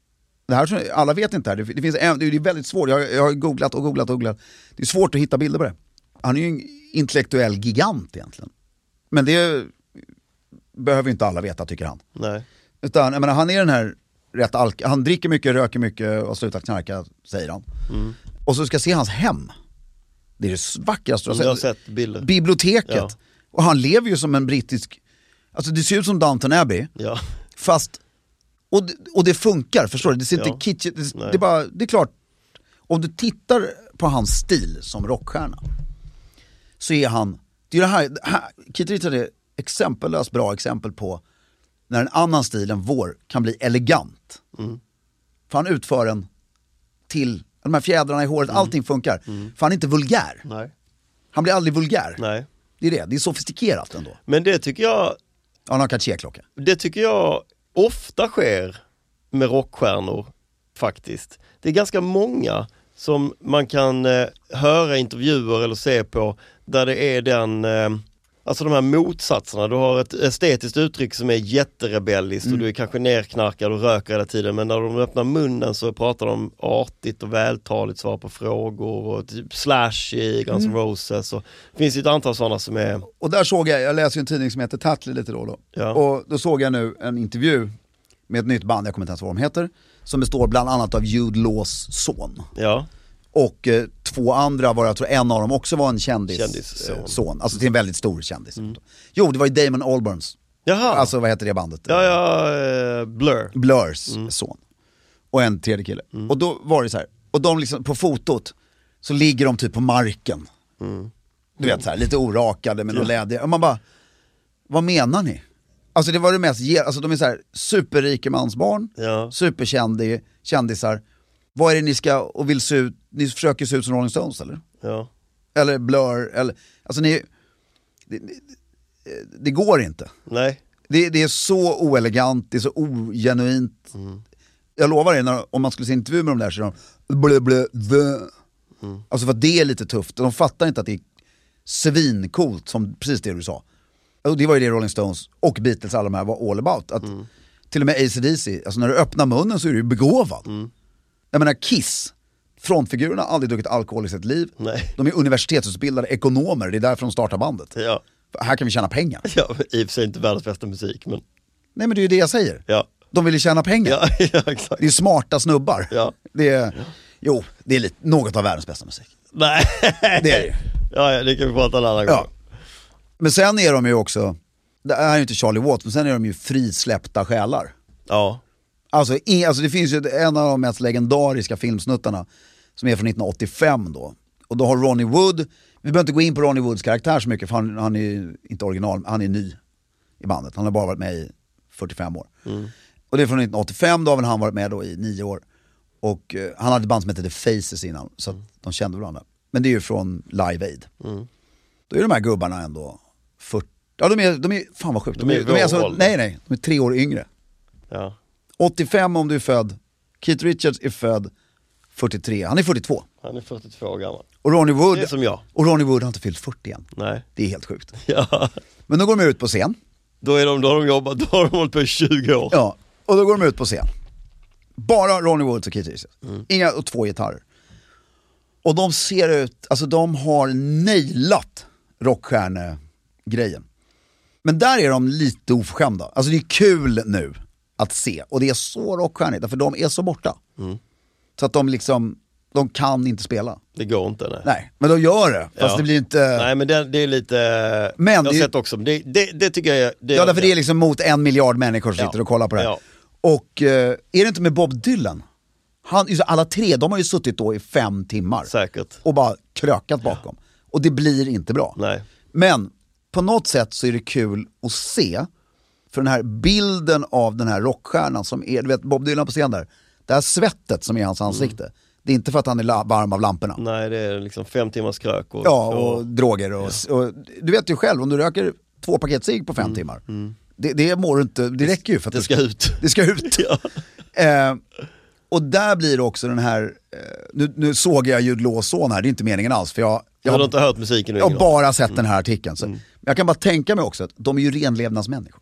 A: Det här, tror jag- alla vet inte det här, det, det, finns en, det är väldigt svårt, jag, jag har googlat och googlat och googlat. Det är svårt att hitta bilder på det. Han är ju en intellektuell gigant egentligen. Men det behöver ju inte alla veta tycker han.
B: Nej.
A: Utan jag menar, han är den här rätt alk han dricker mycket, röker mycket och har slutat knarka, säger han.
B: Mm.
A: Och så ska jag se hans hem. Det är det vackraste
B: Jag Mm, har sett bilder.
A: Biblioteket.
B: Ja.
A: Och han lever ju som en brittisk, alltså det ser ut som Downton Abbey,
B: Ja.
A: fast, och, det- och det funkar, förstår du? Det ser
B: Ja.
A: inte kitschigt, det, det,
B: Nej.
A: är bara, det är klart, om du tittar på hans stil som rockstjärna, så är han, det är det här, det här Keith Richards är exempellöst bra exempel på när en annan stil än vår kan bli elegant.
B: Mm.
A: För han utför den till, de här fjädrarna i
B: Mm.
A: håret, allting funkar. För han är inte vulgär.
B: Nej.
A: Han blir aldrig vulgär.
B: Nej.
A: Det är det, det är sofistikerat ändå.
B: Men det tycker jag,
A: Ja, Han har Cartier-klocka.
B: det tycker jag ofta sker med rockstjärnor faktiskt. Det är ganska många som man kan eh, höra i intervjuer eller se på där det är den, eh, alltså de här motsatserna. Du har ett estetiskt uttryck som är jätterebelliskt och du är kanske nerknarkad och röker hela tiden men när de öppnar munnen så pratar de artigt och vältaligt, svarar på frågor och typ slash i Guns N' Roses. Och, det finns ju ett antal sådana som är,
A: Och där såg jag, jag läser ju en tidning som heter Tatler lite då och då.
B: Ja.
A: Och då såg jag nu en intervju med ett nytt band, jag kommer inte ens ihåg vad de heter, som består bland annat av Jude Laws son.
B: ja,
A: Och eh, två andra var, jag tror en av dem också var en kändis,
B: Kändisson. Mm.
A: eh, son. Alltså till en väldigt stor kändis. Jo, det var ju Damon Albarns,
B: jaha.
A: alltså vad heter det bandet?
B: Ja, ja, eh, Blur.
A: Blurs son. Och en tredje kille. Och då var det så här, och de liksom, på fotot så ligger de typ på marken. Du vet så här, lite orakade men ja. lädiga. Och man bara, vad menar ni? Alltså det var det mest, ge- alltså de är så här superrikemansbarn,
B: Ja.
A: superkändisar. Vad är det ni ska och vill se ut, ni försöker se ut som Rolling Stones eller?
B: Ja.
A: Eller Blur, eller, alltså ni, det, det, det går inte.
B: Nej,
A: Det, det är så oelegant, det är så ogenuint.
B: Mm.
A: Jag lovar er, när, om man skulle se intervju med de där så är de blö, blö, blö.
B: Mm.
A: Alltså för att det är lite tufft, de fattar inte att det är svincoolt som precis det du sa. Och det var ju det Rolling Stones och Beatles, alla de här var all about. Att
B: Mm.
A: Till och med AC/DC, alltså när du öppnar munnen så är du ju begåvad.
B: Mm.
A: Jag menar Kiss, frontfigurerna har aldrig druckit alkohol i sitt liv.
B: Nej.
A: De är universitetsutbildade ekonomer, det är därför de startar bandet.
B: ja.
A: Här kan vi tjäna pengar.
B: ja. I och för sig inte världens bästa musik, men
A: Nej men det är ju det jag säger.
B: ja.
A: De vill ju tjäna pengar.
B: Ja, ja exakt.
A: Det är smarta snubbar.
B: Ja.
A: Det är, Jo, det är lite, något av världens bästa musik.
B: Nej.
A: Det är det ju.
B: Ja, ja, det kan vi prata en annan
A: Ja.
B: gång.
A: Men sen är de ju också, det här är ju inte Charlie Watts, men sen är de ju frisläppta själar.
B: Ja.
A: Alltså, i, alltså det finns ju en av de mest legendariska filmsnuttarna som är från 1985 då. Och då har Ronnie Wood, vi behöver inte gå in på Ronnie Woods karaktär så mycket för han, han är ju inte original, han är ny i bandet. Han har bara varit med i 45 år.
B: Mm.
A: Och det är från 1985, då har väl han varit med då i nio år. Och eh, han hade ett band som hette The Faces innan, så att de kände varandra. Men det är ju från Live Aid.
B: Mm.
A: Då är de här gubbarna ändå 40, ja de är, de är fan vad sjukt.
B: De är i vår
A: alltså,
B: ålder.
A: nej nej, de är tre år yngre.
B: Ja.
A: 85 om du är född, Keith Richards är född 43, han är 42.
B: Han är 42 år gammal.
A: Och Ronnie Wood,
B: Det är som jag.
A: och Ronnie Wood har inte fyllt 40 än.
B: Nej.
A: Det är helt sjukt.
B: Ja.
A: Men då går de ut på scen,
B: Då, är de, då har de jobbat, då har de hållit på i 20 år.
A: ja, och då går de ut på scen. Bara Ronnie Wood och Keith Richards.
B: Mm.
A: Inga, och två gitarrer. Och de ser ut, alltså de har nailat rockstjärnegrejen. Men där är de lite oförskämda. Alltså det är kul nu att se. Och det är så rockstjärnigt, därför de är så borta.
B: Mm.
A: Så att de liksom, de kan inte spela.
B: Det går inte. Nej.
A: Nej, men de gör det. Fast
B: Ja.
A: det blir inte...
B: Nej, men det, det är lite...
A: Men
B: jag har
A: det är ju-
B: sett också, det, det, det tycker jag... Det,
A: ja, därför det är liksom mot en miljard människor som
B: Ja.
A: sitter och kollar på det här.
B: Ja.
A: Och eh, är det inte med Bob Dylan? Han, just alla tre, de har ju suttit då i fem timmar.
B: Säkert.
A: Och bara krökat bakom. Och det blir inte bra.
B: Nej.
A: Men på något sätt så är det kul att se. För den här bilden av den här rockstjärnan som är, du vet Bob Dylan på scen där. Det här svettet som är hans ansikte.
B: Mm.
A: Det är inte för att han är la- varm av lamporna.
B: Nej, det är liksom fem timmars krök och,
A: Ja, och droger och, och Du vet ju själv, om du röker två paket cigg på fem timmar. Det, det mår du inte, det räcker ju för att
B: Mm, det
A: du
B: ska ut.
A: det ska ut.
B: Ja.
A: Eh, och där blir det också den här, eh, nu, nu såg jag Jude Laws son här, det är inte meningen alls för jag,
B: Jag
A: jag,
B: har inte Mm. hört musiken nu.
A: jag har
B: Ingvar.
A: bara sett den här artikeln. Så. Jag kan bara tänka mig också att de är ju renlevnadsmänniskor,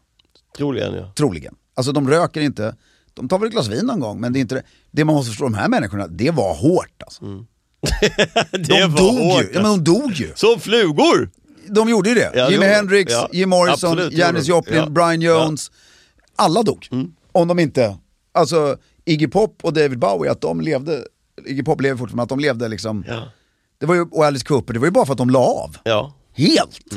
B: Troligen ja.
A: troligen. Alltså de röker inte, de tar väl ett glas vin någon gång men det är inte det. Det man måste förstå, de här människorna, det var hårt alltså.
B: Mm. Det
A: De
B: var
A: dog
B: hårt. alltså.
A: ju, ja, men de dog ju.
B: Som flugor!
A: De gjorde ju det.
B: Ja, det
A: Jimi
B: gjorde de.
A: Hendrix,
B: Ja,
A: Jim Morrison,
B: absolut, det
A: Janis
B: gjorde de.
A: Joplin,
B: Ja. Mm.
A: Brian Jones. Alla dog. Om de inte, alltså Iggy Pop och David Bowie, att de levde, Iggy Pop lever fortfarande, att de levde liksom,
B: Ja.
A: det var ju, och Alice Cooper, det var ju bara för att de la av.
B: ja.
A: Helt!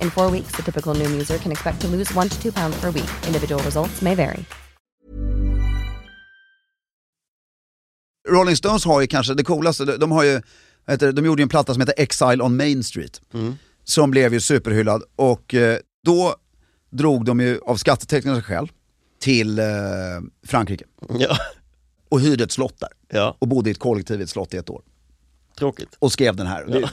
C: In four weeks, the typical Noom user can expect to lose one to two pounds per week. Individual results may vary.
A: Rolling Stones har ju kanske det coolaste, de, de har ju, vad heter det, de gjorde ju en platta som heter Exile on Main Street.
B: Mm.
A: Som blev ju superhyllad och eh, då drog de ju av skattetekniska skäl till eh, Frankrike
B: ja.
A: och hyrde ett slott där.
B: Ja,
A: och bodde i ett kollektiv i ett slott i ett år.
B: tråkigt.
A: Och skrev den här. Det,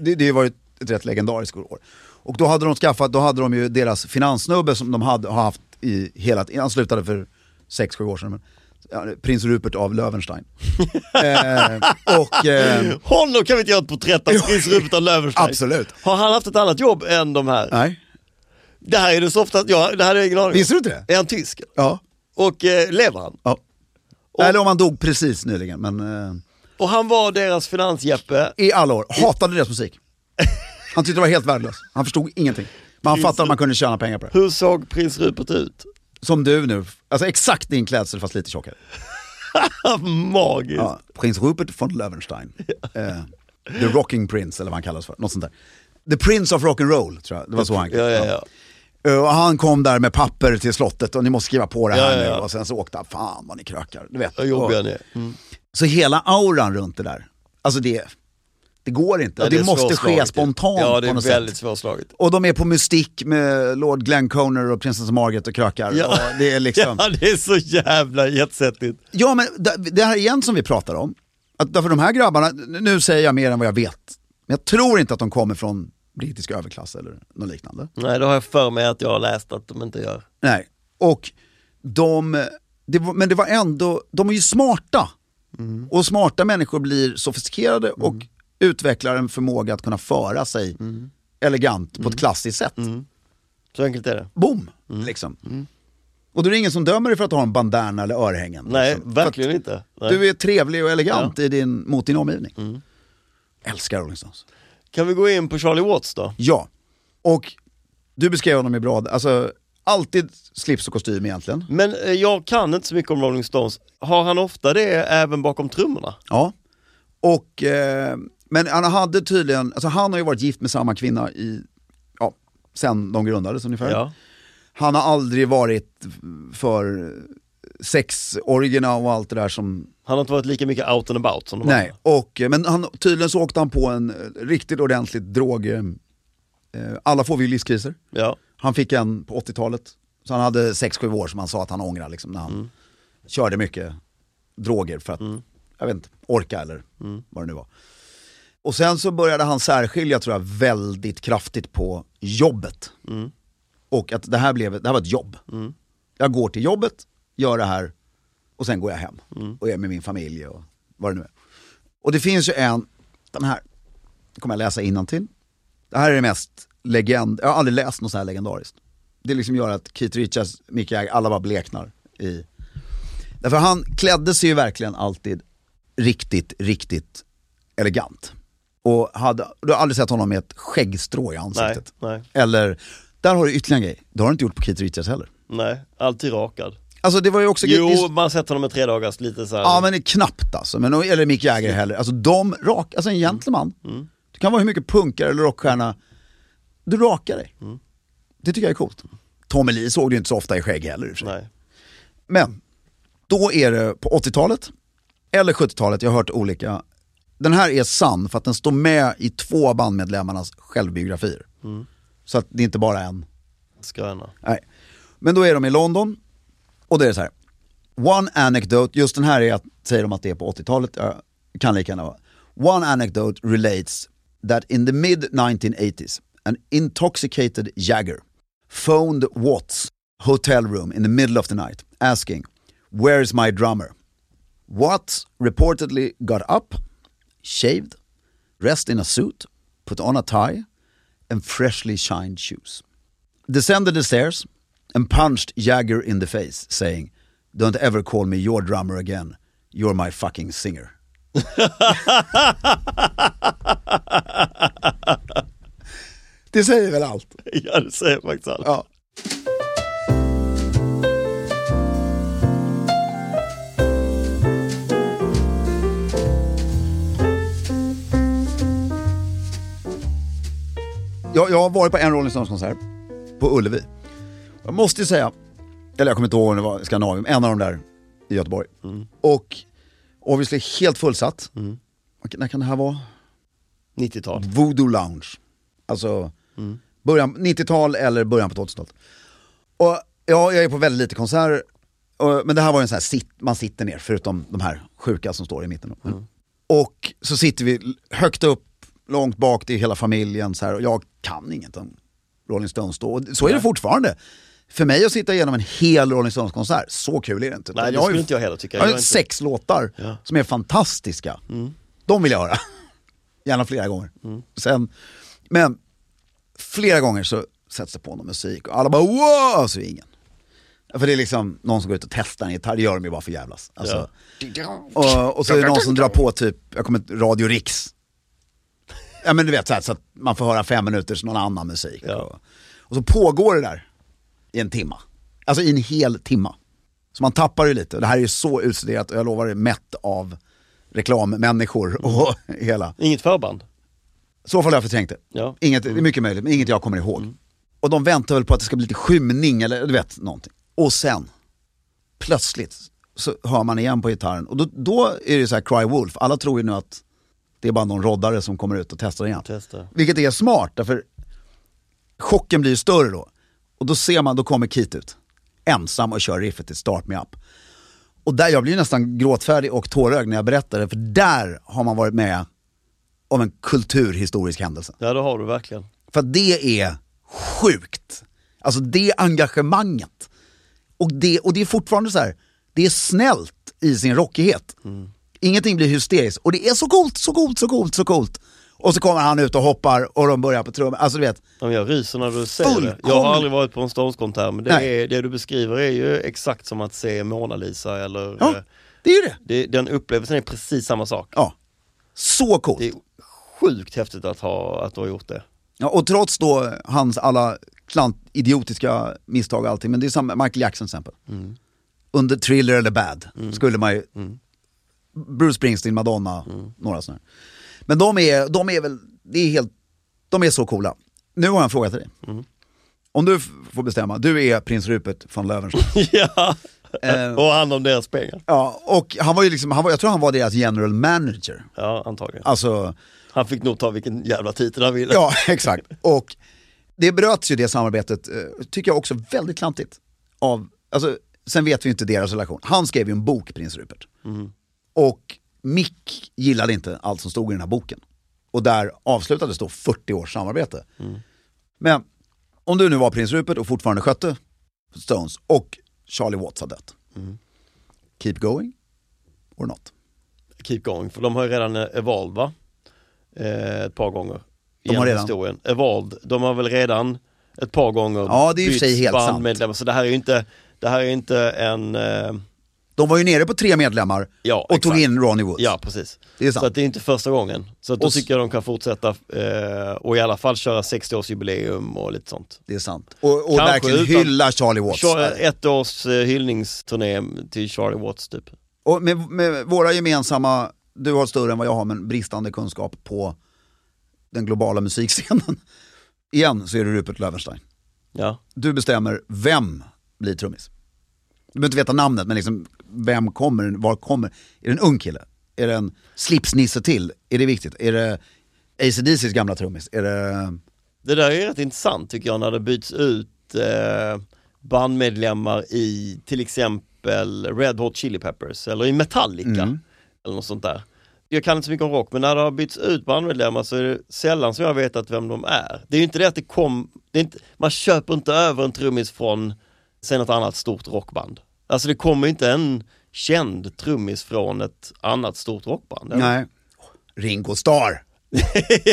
A: det, det var ju ett rätt legendariskt år. Och då hade de skaffat, då hade de ju deras finanssnubbe som de hade, har haft i hela, han slutade för 6-7 år sedan. Men, ja, prins Rupert av Löwenstein. eh, och... Eh,
B: Honom kan vi inte göra ett porträtt av prins Rupert av Löwenstein.
A: Absolut.
B: Har han haft ett annat jobb än de här?
A: nej,
B: Det här är det så ofta, ja, det här är jag ingen aning om.
A: visste du inte det?
B: Är han tysk?
A: Ja.
B: Och eh, lever han?
A: ja. Eller om han dog precis nyligen, men eh,
B: Och han var deras finansjeppe.
A: i alla år. Hatade deras musik. Han tyckte det var helt värdelöst. Han förstod ingenting. Men han fattade att man kunde tjäna pengar på det.
B: Hur såg prins Rupert ut?
A: Som du nu, alltså exakt din klädsel fast lite tjockare.
B: Magiskt.
A: Ja, prins Rupert von Löwenstein. Eh, the Rocking Prince eller vad han kallas för. Något sånt där. The Prince of Rock'n'Roll tror jag, det var så han
B: Ja, ja, ja.
A: Eh, Och han kom där med papper till slottet och ni måste skriva på det här
B: Ja, ja, ja.
A: nu. Och sen så åkte han, fan vad ni krökar. Du vet.
B: Vad jobbiga ni
A: Och-
B: är. Mm.
A: Så hela auran runt det där, alltså det, det går inte.
B: Ja,
A: det,
B: är
A: måste
B: svårslaget,
A: ske
B: ja.
A: spontant
B: Ja, det
A: på
B: är
A: något
B: väldigt
A: sätt.
B: svårslaget.
A: Och de är på mystik med Lord Glenconer och prinsessan Margaret och krökar. Och det är liksom...
B: ja, det är så jävla jetsättigt.
A: Ja men det- det här igen som vi pratar om, att därför de här grabbarna, nu säger jag mer än vad jag vet, men jag tror inte att de kommer från brittisk överklass eller något liknande.
B: Nej, då har jag för mig att jag har läst att de inte gör.
A: Nej, och de, det var, men det var ändå, de är ju smarta. Och smarta människor blir sofistikerade och utvecklar en förmåga att kunna föra sig elegant på ett klassiskt sätt.
B: Så enkelt är det.
A: Boom, liksom. Och då är det ingen som dömer dig för att ha en bandana eller örhängen.
B: Nej,
A: liksom. För att-
B: verkligen inte. Nej. Mm.
A: Du är trevlig och elegant i din, mot din omgivning. Älskar Rolling Stones.
B: Kan vi gå in på Charlie Watts då?
A: Ja, och du beskrev honom i bra, alltså alltid slips och kostym egentligen.
B: Men eh, jag kan inte så mycket om Rolling Stones. Har han ofta det även bakom trummorna?
A: Ja. Och, eh, men han hade tydligen, alltså han har ju varit gift med samma kvinna i, ja, sen de grundades ungefär.
B: Ja.
A: Han har aldrig varit för sexorgierna och allt det där som
B: Han har inte varit lika mycket out and about som de
A: Nej,
B: andra.
A: och, eh, men han, tydligen så åkte han på en eh, riktigt ordentligt drog... eh, eh, Alla får vi ju livskriser.
B: Ja.
A: Han fick en på 80-talet. Så han hade 6-7 år som han sa att han ångrar liksom, när han körde mycket droger för att, jag vet inte, orka eller vad det nu var. Och sen så började han särskilja tror jag väldigt kraftigt på jobbet. Och att det här, blev, det här var ett jobb. Jag går till jobbet, gör det här och sen går jag hem och är med min familj och vad det nu är. Och det finns ju en, den här kommer jag läsa innantill. Det här är det mest legend, jag har aldrig läst något så här legendariskt. Det liksom gör att Keith Richards, Mick Jagger, alla bara bleknar i... Därför han klädde sig ju verkligen alltid riktigt, riktigt elegant. Och hade, du har aldrig sett honom med ett skäggstrå i ansiktet.
B: nej.
A: Eller, där har du ytterligare en grej. Det har du inte gjort på Keith Richards heller.
B: Nej, alltid rakad.
A: Alltså det var ju också... det är
B: Jo,
A: så-
B: man sätter honom med tre dagars lite så här.
A: Ja men knappt alltså, men, eller Mick Jagger heller. Alltså de rak, alltså en gentleman.
B: Mm.
A: Du kan vara hur mycket punkare eller rockstjärna, du rakar dig.
B: Mm.
A: Det tycker jag är coolt. Tommy Lee såg du inte så ofta i skägg heller i och för sig.
B: Nej.
A: Men, då är det på 80-talet, eller 70-talet, jag har hört olika. Den här är sann för att den står med i två av bandmedlemmarnas självbiografier.
B: Mm.
A: Så att det är inte bara en.
B: Skröna.
A: Nej. Men då är de i London och då är det så här. One anecdote, just den här är att, säger de att det är på 80-talet, jag kan lika gärna vara. One anecdote relates that in the mid 1980s an intoxicated Jagger phoned Watts hotel room in the middle of the night asking where is my drummer? Watts reportedly got up, shaved, dressed in a suit, put on a tie and freshly shined shoes descended the stairs and punched Jagger in the face, saying, Don't ever call me your drummer again. You're my fucking singer. det säger väl allt?
B: Ja, det säger faktiskt allt.
A: Ja. Jag, jag har varit på en Rolling Stones-konsert på Ullevi. Jag måste ju säga, eller jag kommer inte ihåg om det var Scandinavium, en av de där i Göteborg. Och obviously helt fullsatt. Och när kan det här vara?
B: 90-tal.
A: Voodoo Lounge. Alltså början, 90-tal eller början på 2000-talet. Och ja, jag är på väldigt lite konserter. Och, men det här var ju en sån här, sit, man sitter ner förutom de här sjuka som står i mitten. Och så sitter vi l- högt upp, långt bak, det är hela familjen så här. Och jag kan inget om Rolling Stones då. Och så är det fortfarande. För mig att sitta igenom en hel Rolling Stones-konsert, så kul är det inte.
B: Nej, det
A: har ju-
B: skulle inte jag heller tycka.
A: Jag har
B: Jag
A: ju
B: är inte- Mm.
A: sex låtar som är fantastiska. De vill jag höra. Gärna flera gånger. Sen, men flera gånger så sätts det på någon musik och alla bara wow, så är det ingen. För det är liksom någon som går ut och testar en gitarr, det gör de ju bara för att jävlas. Alltså, och, och så är det någon som drar på typ, jag kommer inte- Radio Rix. Ja men du vet så, här, så att man får höra fem minuters någon annan musik. Och, och så pågår det där i en timma. Alltså i en hel timma. Så man tappar ju lite. Det här är ju så utstuderat och jag lovar det är mätt av reklammänniskor och hela.
B: Inget förband.
A: I så fall har jag förträngt det.
B: Ja.
A: Inget, Det är mycket möjligt, men inget jag kommer ihåg. Och de väntar väl på att det ska bli lite skymning eller du vet, någonting. Och sen, plötsligt, så hör man igen på gitarren. Och då, då är det så här Cry Wolf, alla tror ju nu att det är bara någon roddare som kommer ut och testar igen.
B: Testar.
A: Vilket är smart, därför chocken blir ju större då. Och då ser man, då kommer Keith ut. Ensam och kör riffet till Start Me Up. Och där, jag blir ju nästan gråtfärdig och tårögd när jag berättar det, för där har man varit med om en kulturhistorisk händelse.
B: Ja, det har du verkligen.
A: För att det är sjukt. Alltså det engagemanget. Och det, och det är fortfarande så här, det är snällt i sin rockighet. Ingenting blir hysteriskt. Och det är så coolt, så coolt, så coolt, så coolt. Och så kommer han ut och hoppar och de börjar på trummor. Alltså du vet,
B: Ja, men Jag ryser när du säger det. Jag har
A: Fullkomligt.
B: aldrig varit på en Stones-konsert men det,
A: Nej.
B: är, det du beskriver är ju exakt som att se Mona Lisa eller...
A: ja,
B: eh,
A: det är ju det.
B: Det, den upplevelsen är precis samma sak.
A: Ja. Så coolt.
B: Det är sjukt häftigt att ha, att du har gjort det.
A: Ja, och trots då hans alla klant, idiotiska misstag och allting, men det är samma, Michael Jackson till exempel. Under Thriller eller Bad skulle man ju, Bruce Springsteen, Madonna, några sådana. här. Men de är, de är väl, det är helt, de är så coola. Nu har jag en fråga till dig. Om du f- får bestämma, du är prins Rupert från Löwenstein.
B: ja,
A: Eh.
B: och hand om deras pengar.
A: ja, och han var ju liksom, han var, jag tror han var deras general manager.
B: Ja, antagligen.
A: Alltså,
B: Han fick nog ta vilken jävla titel han ville.
A: Ja, exakt. Och det bröts ju det samarbetet, eh, tycker jag också väldigt klantigt. Av, alltså, sen vet vi ju inte deras relation. Han skrev ju en bok, prins Rupert.
B: Mm.
A: Och Mick gillade inte allt som stod i den här boken. Och där avslutades då 40 års samarbete.
B: Mm.
A: Men om du nu var prins Rupert och fortfarande skötte Stones och Charlie Watts har dött.
B: Mm.
A: Keep going or not.
B: Keep going, för de har ju redan eh, Evolve va? Eh, ett par gånger.
A: De har
B: Genom
A: redan-
B: Historien. Evolve, de har väl redan ett par gånger
A: Ja, det är i och för sig
B: bytt
A: helt sant.
B: bandmedlemmar. Så det här är ju inte, det här är ju inte en, eh,
A: De var ju nere på tre medlemmar
B: Ja,
A: och tog
B: exakt.
A: in Ronnie Woods.
B: ja precis.
A: Det är sant.
B: Så att det är inte första gången. Så att då
A: Och s-
B: tycker jag de kan fortsätta eh, och i alla fall köra 60-årsjubileum och lite sånt.
A: Det är sant. Och, och
B: Kanske
A: verkligen
B: utan-
A: hylla Charlie Watts.
B: Kör ett års eh, hyllningsturné till Charlie Watts typ.
A: Och med, med våra gemensamma, du har större än vad jag har, men bristande kunskap på den globala musikscenen. Igen så är det Rupert Löwenstein.
B: Ja.
A: Du bestämmer vem blir trummis. Du behöver inte veta namnet, men liksom vem kommer, den? var kommer, är det en ung kille? Är det en slipsnisse till? Är det viktigt? Är det ACDCs gamla trummis? Är det...
B: Det där är rätt intressant tycker jag när det byts ut eh, bandmedlemmar i till exempel Red Hot Chili Peppers eller i Metallica
A: Mm.
B: eller något sånt där. Jag kan inte så mycket om rock men när det har bytts ut bandmedlemmar så är det sällan som jag vetat vem de är. Det är ju inte det att det kom, det är inte, man köper inte över en trummis från säg något annat stort rockband. Alltså det kommer ju inte en känd trummis från ett annat stort rockband. eller?
A: Nej. Ringo Starr!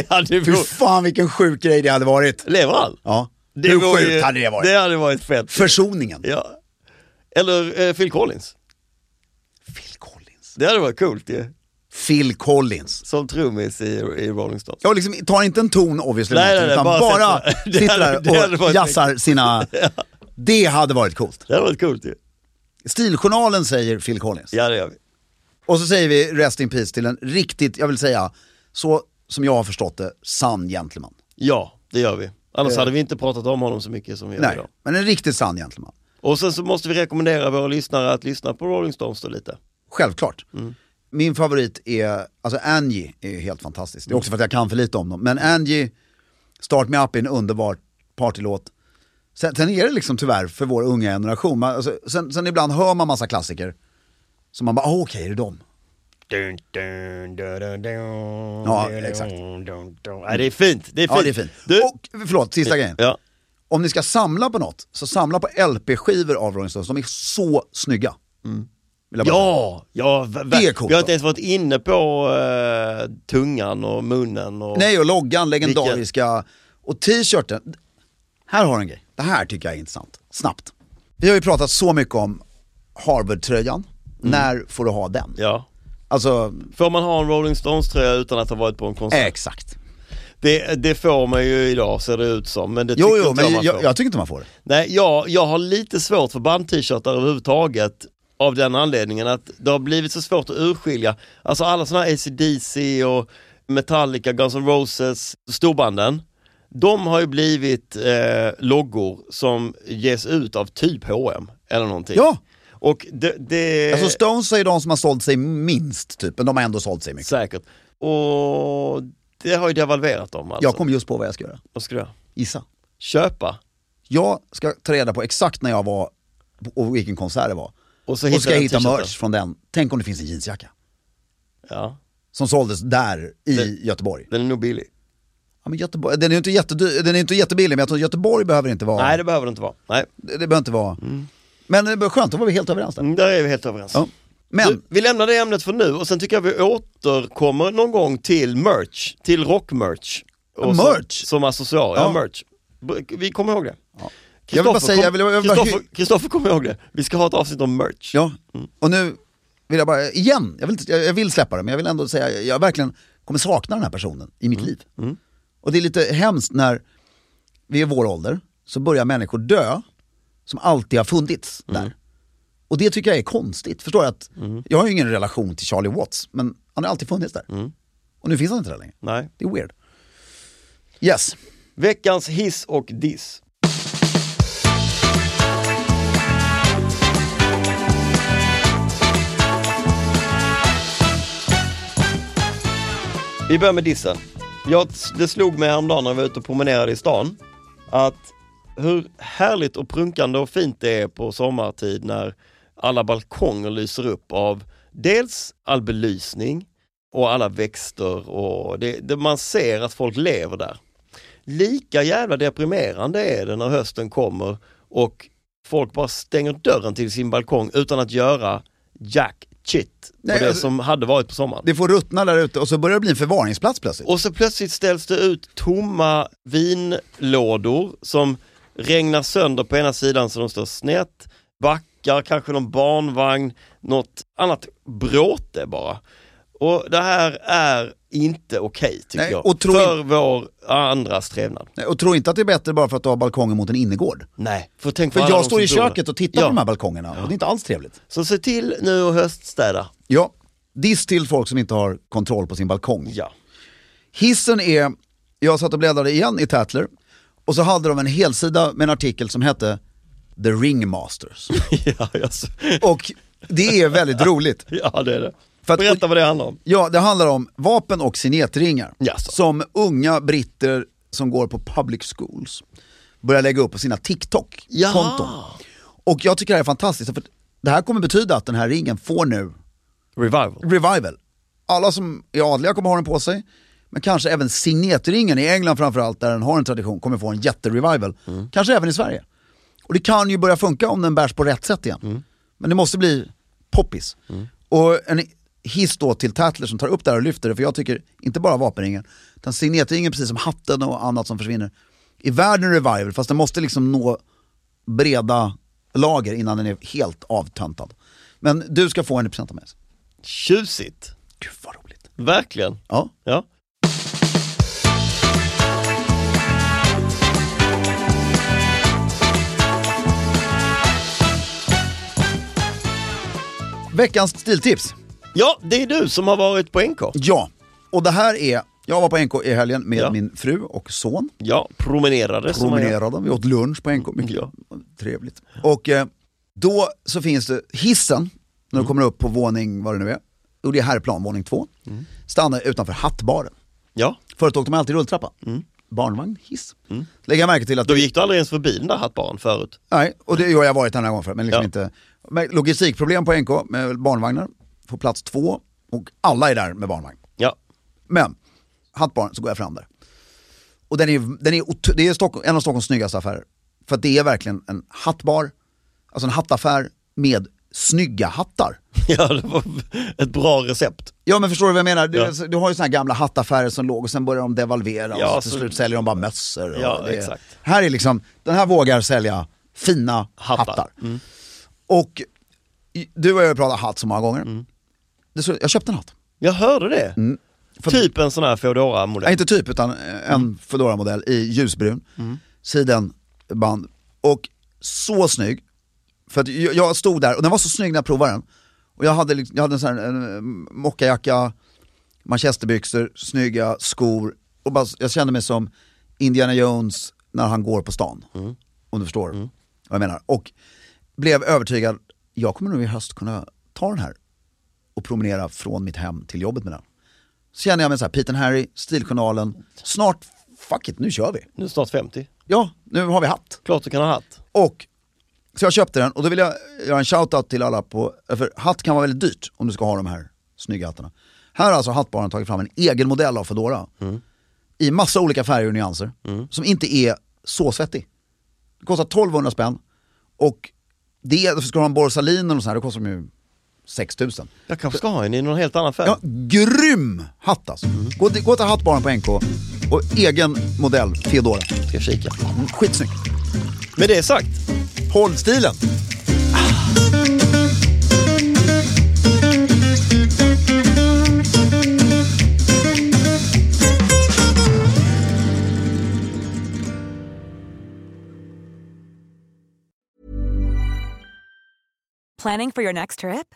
B: ja, det
A: Fy
B: vore,
A: fan vilken sjuk grej det hade varit!
B: lever han?
A: Ja.
B: Det
A: Hur
B: vore
A: sjukt
B: ju-
A: hade det varit?
B: Det hade varit fett.
A: Försoningen.
B: Ja. Eller eh, Phil Collins.
A: Phil Collins.
B: Det hade varit coolt ju.
A: Phil Collins.
B: Som trummis i, i Rolling Stones.
A: Jag liksom tar inte en ton obviously,
B: Nej,
A: någonting,
B: nej, nej,
A: utan
B: bara
A: bara,
B: sitter- det
A: sitter
B: hade- det hade
A: där och
B: varit
A: jassar sina... Det hade varit coolt.
B: Det hade varit coolt ju.
A: Stiljournalen säger Phil Collins.
B: Ja det gör vi.
A: Och så säger vi Rest in Peace till en riktigt, jag vill säga, så som jag har förstått det, sann gentleman.
B: Ja, det gör vi. Annars hade vi inte pratat om honom så mycket som vi gör
A: Eh. Nej,
B: idag.
A: men en riktigt sann gentleman.
B: Och sen så måste vi rekommendera våra lyssnare att lyssna på Rolling Stones då lite.
A: Självklart.
B: Mm.
A: Min favorit är, alltså Angie är helt fantastisk. Det är också för att jag kan för lite om dem. Men Angie, Start Me Up är en underbar partylåt. Sen, sen är det liksom tyvärr för vår unga generation, man, alltså, sen, sen ibland hör man massa klassiker. Så man bara, ah, okej är det dem?
B: Dun, dun, dun, dun, dun,
A: Ja,
B: dun,
A: exakt.
B: dun, dun, dun. Nej, det är fint. Det är fint.
A: Ja det är fint.
B: Du,
A: Och förlåt, sista grejen.
B: ja.
A: Om ni ska samla på något, så samla på LP-skivor av Rolling Stones, de är så snygga. Vill jag bara säga.
B: Mm. Ja, ja va- va-
A: Det är coolt
B: vi har
A: då.
B: inte ens varit inne på eh, tungan och munnen och...
A: Nej, och loggan, legendariska. Och t-shirten. Här har du en grej. Det här tycker jag är intressant. Snabbt. Vi har ju pratat så mycket om Harvard-tröjan. När får du ha den?
B: Mm. Ja.
A: Alltså,
B: Får man ha en Rolling Stones tröja utan att ha varit på en konsert?
A: exakt.
B: Det, det får man ju idag ser det ut som. Men det
A: Eh. Jo,
B: tycker
A: jo,
B: inte
A: men
B: man
A: jag,
B: får.
A: jag tycker inte man får det.
B: Nej, jag, jag har lite svårt för bandt-shirtar överhuvudtaget av den anledningen att det har blivit så svårt att urskilja. Alltså alla sådana här ACDC och Metallica, Guns N' Roses, storbanden. De har ju blivit eh, loggor som ges ut av typ H&M eller någonting.
A: Ja.
B: Och det... det...
A: Alltså Stones är ju de som har sålt sig minst, typ. Men de har ändå sålt sig mycket.
B: Säkert. Och det har ju devalverat dem alltså.
A: Jag kom just på vad jag ska göra.
B: Vad ska du göra?
A: Gissa.
B: Köpa.
A: Jag ska ta reda på exakt när jag var och vilken konsert det var.
B: Och så
A: Och
B: hittar
A: så ska jag
B: den
A: hitta
B: t-shirten.
A: merch från den. Tänk om det finns en jeansjacka.
B: Ja,
A: Som såldes där i
B: Det-
A: Göteborg.
B: den är nog billig.
A: Ja, men Göteborg, den är ju inte, jättedyr, den är inte jättebillig, men jag tror Göteborg behöver inte vara...
B: Nej, det behöver det inte vara. Nej,
A: det, det behöver inte vara... Men det är skönt, då var vi helt överens där.
B: mm, där är vi helt överens.
A: Ja.
B: Du,
A: Men,
B: vi lämnar det ämnet för nu och sen tycker jag vi återkommer någon gång till merch, till rockmerch. Och så-
A: Merch?
B: Som accessoar, ja.
A: Ja.
B: merch. B- Vi kommer ihåg det.
A: Jag vill bara säga- jag vill- jag vill bara-
B: Kristoffer- Kristoffer kommer ihåg det. Vi ska ha ett avsnitt om merch.
A: ja, och nu vill jag bara, igen, jag vill, inte- jag, jag vill släppa det, men jag vill ändå säga, jag verkligen kommer sakna den här personen i
B: Mm.
A: mitt liv. Och det är lite hemskt när vi är vår ålder, så börjar människor dö som alltid har funnits
B: Mm.
A: där. Och det tycker jag är konstigt, förstår du? Att, Jag har ju ingen relation till Charlie Watts, men han har alltid funnits där.
B: Mm.
A: Och nu finns han inte där längre.
B: Nej.
A: Det är weird. Yes.
B: Veckans hiss och diss. Vi börjar med dissen. Jag, det slog mig häromdagen när jag var ute och promenerade i stan att hur härligt och prunkande och fint det är på sommartid när alla balkonger lyser upp av dels all belysning och alla växter och det, det, man ser att folk lever där lika jävla deprimerande är det när hösten kommer och folk bara stänger dörren till sin balkong utan att göra jack shit på
A: Nej,
B: det
A: alltså-
B: som hade varit på sommaren.
A: Det får ruttna där ute och så börjar det bli en förvaringsplats plötsligt.
B: Och så plötsligt ställs det ut tomma vinlådor som regnar sönder på ena sidan så de står snett, backar, kanske någon barnvagn, något annat bråte bara. Och det här är inte okej tycker
A: Nej,
B: jag,
A: och tro
B: för vår andras trevnad.
A: Nej, Eh, Och tro inte att det är bättre bara för att du har balkongen mot en innergård.
B: Nej, för tänk på
A: För
B: alla
A: jag
B: de
A: står
B: som
A: i
B: bor där.
A: köket och tittar
B: ja.
A: på de här balkongerna och det är inte alls trevligt.
B: Så se till nu att höststäda.
A: Ja, diss till folk som inte har kontroll på sin balkong.
B: Ja.
A: Hissen är, jag satt och bläddrade igen i Tatler och så hade de en helsida med en artikel som hette The Ringmasters.
B: ja, yes.
A: och det är väldigt roligt.
B: ja, det är det.
A: För att-
B: Berätta vad det handlar om.
A: Ja, det handlar om vapen och signetringar.
B: Jaså.
A: Som unga britter som går på public schools börjar lägga upp på sina TikTok-konton. Och jag tycker det här är fantastiskt, för det här kommer betyda att den här ringen får nu
B: Revival.
A: revival. Alla som är adliga kommer ha den på sig. Men kanske även signetringen i England framförallt, där den har en tradition, kommer få en jätterevival. Kanske även i Sverige. Och det kan ju börja funka om den bärs på rätt sätt igen. Men det måste bli poppis. Och en hiss då till Tatler som tar upp det här och lyfter det, för jag tycker inte bara vapenringen, utan signetringen precis som hatten och annat som försvinner, är värd en revival, fast den måste liksom nå breda lager innan den är helt avtöntad. Men du ska få en i present av mig.
B: Tjusigt.
A: Gud vad roligt.
B: Verkligen.
A: Ja.
B: Ja.
A: Veckans stiltips.
B: ja, det är du som har varit på NK.
A: Ja, och det här är, jag var på NK i helgen med
B: Ja.
A: min fru och son.
B: Ja, promenerade. som man gör.
A: Promenerade, vi åt lunch på NK, mycket
B: Ja.
A: trevligt. Och eh, då så finns det hissen, när
B: Mm.
A: du kommer upp på våning, vad det nu är, och det är herrplan, våning två.
B: Mm.
A: Stannar utanför hattbaren.
B: Ja,
A: Förut åkte man alltid rulltrappa. Barnvagn, hiss. Lägger jag märke till att
B: Mm. då gick du aldrig ens förbi den där hattbaren förut.
A: Nej, och det jo, jag har varit här några gånger förut, men liksom
B: Ja.
A: inte. Men logistikproblem på NK med barnvagnar, får plats två och alla är där med barnvagn.
B: Ja,
A: Men, hattbaren, så går jag fram där. Och den är, den är, ot- det är Stockholm, en av Stockholms snyggaste affärer. För att det är verkligen en hattbar, alltså en hattaffär med snygga hattar.
B: ja det var ett bra recept.
A: Ja men förstår du vad jag menar? Du,
B: Ja.
A: alltså, du har ju såna här gamla hattaffärer som låg och sen börjar de devalvera
B: Ja,
A: och så till
B: så-
A: slut säljer de bara mössor. Och
B: Ja,
A: det är-
B: exakt.
A: Här är liksom, den här vågar sälja fina
B: Hattar. Mm.
A: hattar. Och i- du och jag har ju pratat hatt så många gånger.
B: Mm.
A: Det är så, jag köpte en hatt.
B: Jag hörde det.
A: För-
B: Typ en sån här
A: Nej,
B: Foodora-modell.
A: inte typ, utan eh, en Foodora-modell i ljusbrun. Sidenband. Och så snygg. För att jag, jag stod där, och den var så snygg när jag provade den. Och jag hade, liksom- jag hade en sån här en, eh, mockajacka, manchesterbyxor, snygga skor. Och bara, jag kände mig som Indiana Jones när han går på stan. Om du förstår vad jag menar. Och blev övertygad, jag kommer nog i höst kunna ta den här och promenera från mitt hem till jobbet med den. Så känner jag mig så här, Pete and Harry, Stiljournalen, snart, fuck it, nu kör vi.
B: Nu är det snart 50.
A: Ja, nu har vi hatt.
B: Klart du kan ha hatt.
A: Och, så jag köpte den och då vill jag göra en shoutout till alla på, för hatt kan vara väldigt dyrt om du ska ha de här snygga hattarna. Här har alltså hattbaren tagit fram en egen modell av Foodora. I massa olika färger och nyanser, som inte är så svettig. Det kostar 1200 spänn och det, ska du ha en Borsalino och sånt här, då kostar de ju 6000.
B: Jag kanske ska ha en i någon helt annan färg.
A: Ja, grym hatt alltså. Gå, till- gå till hattbaren på NK och egen modell, Theodora.
B: Ska kika.
A: Mm, Skitsnygg.
B: Med det sagt,
A: Håll stilen.
D: Planning for your next trip?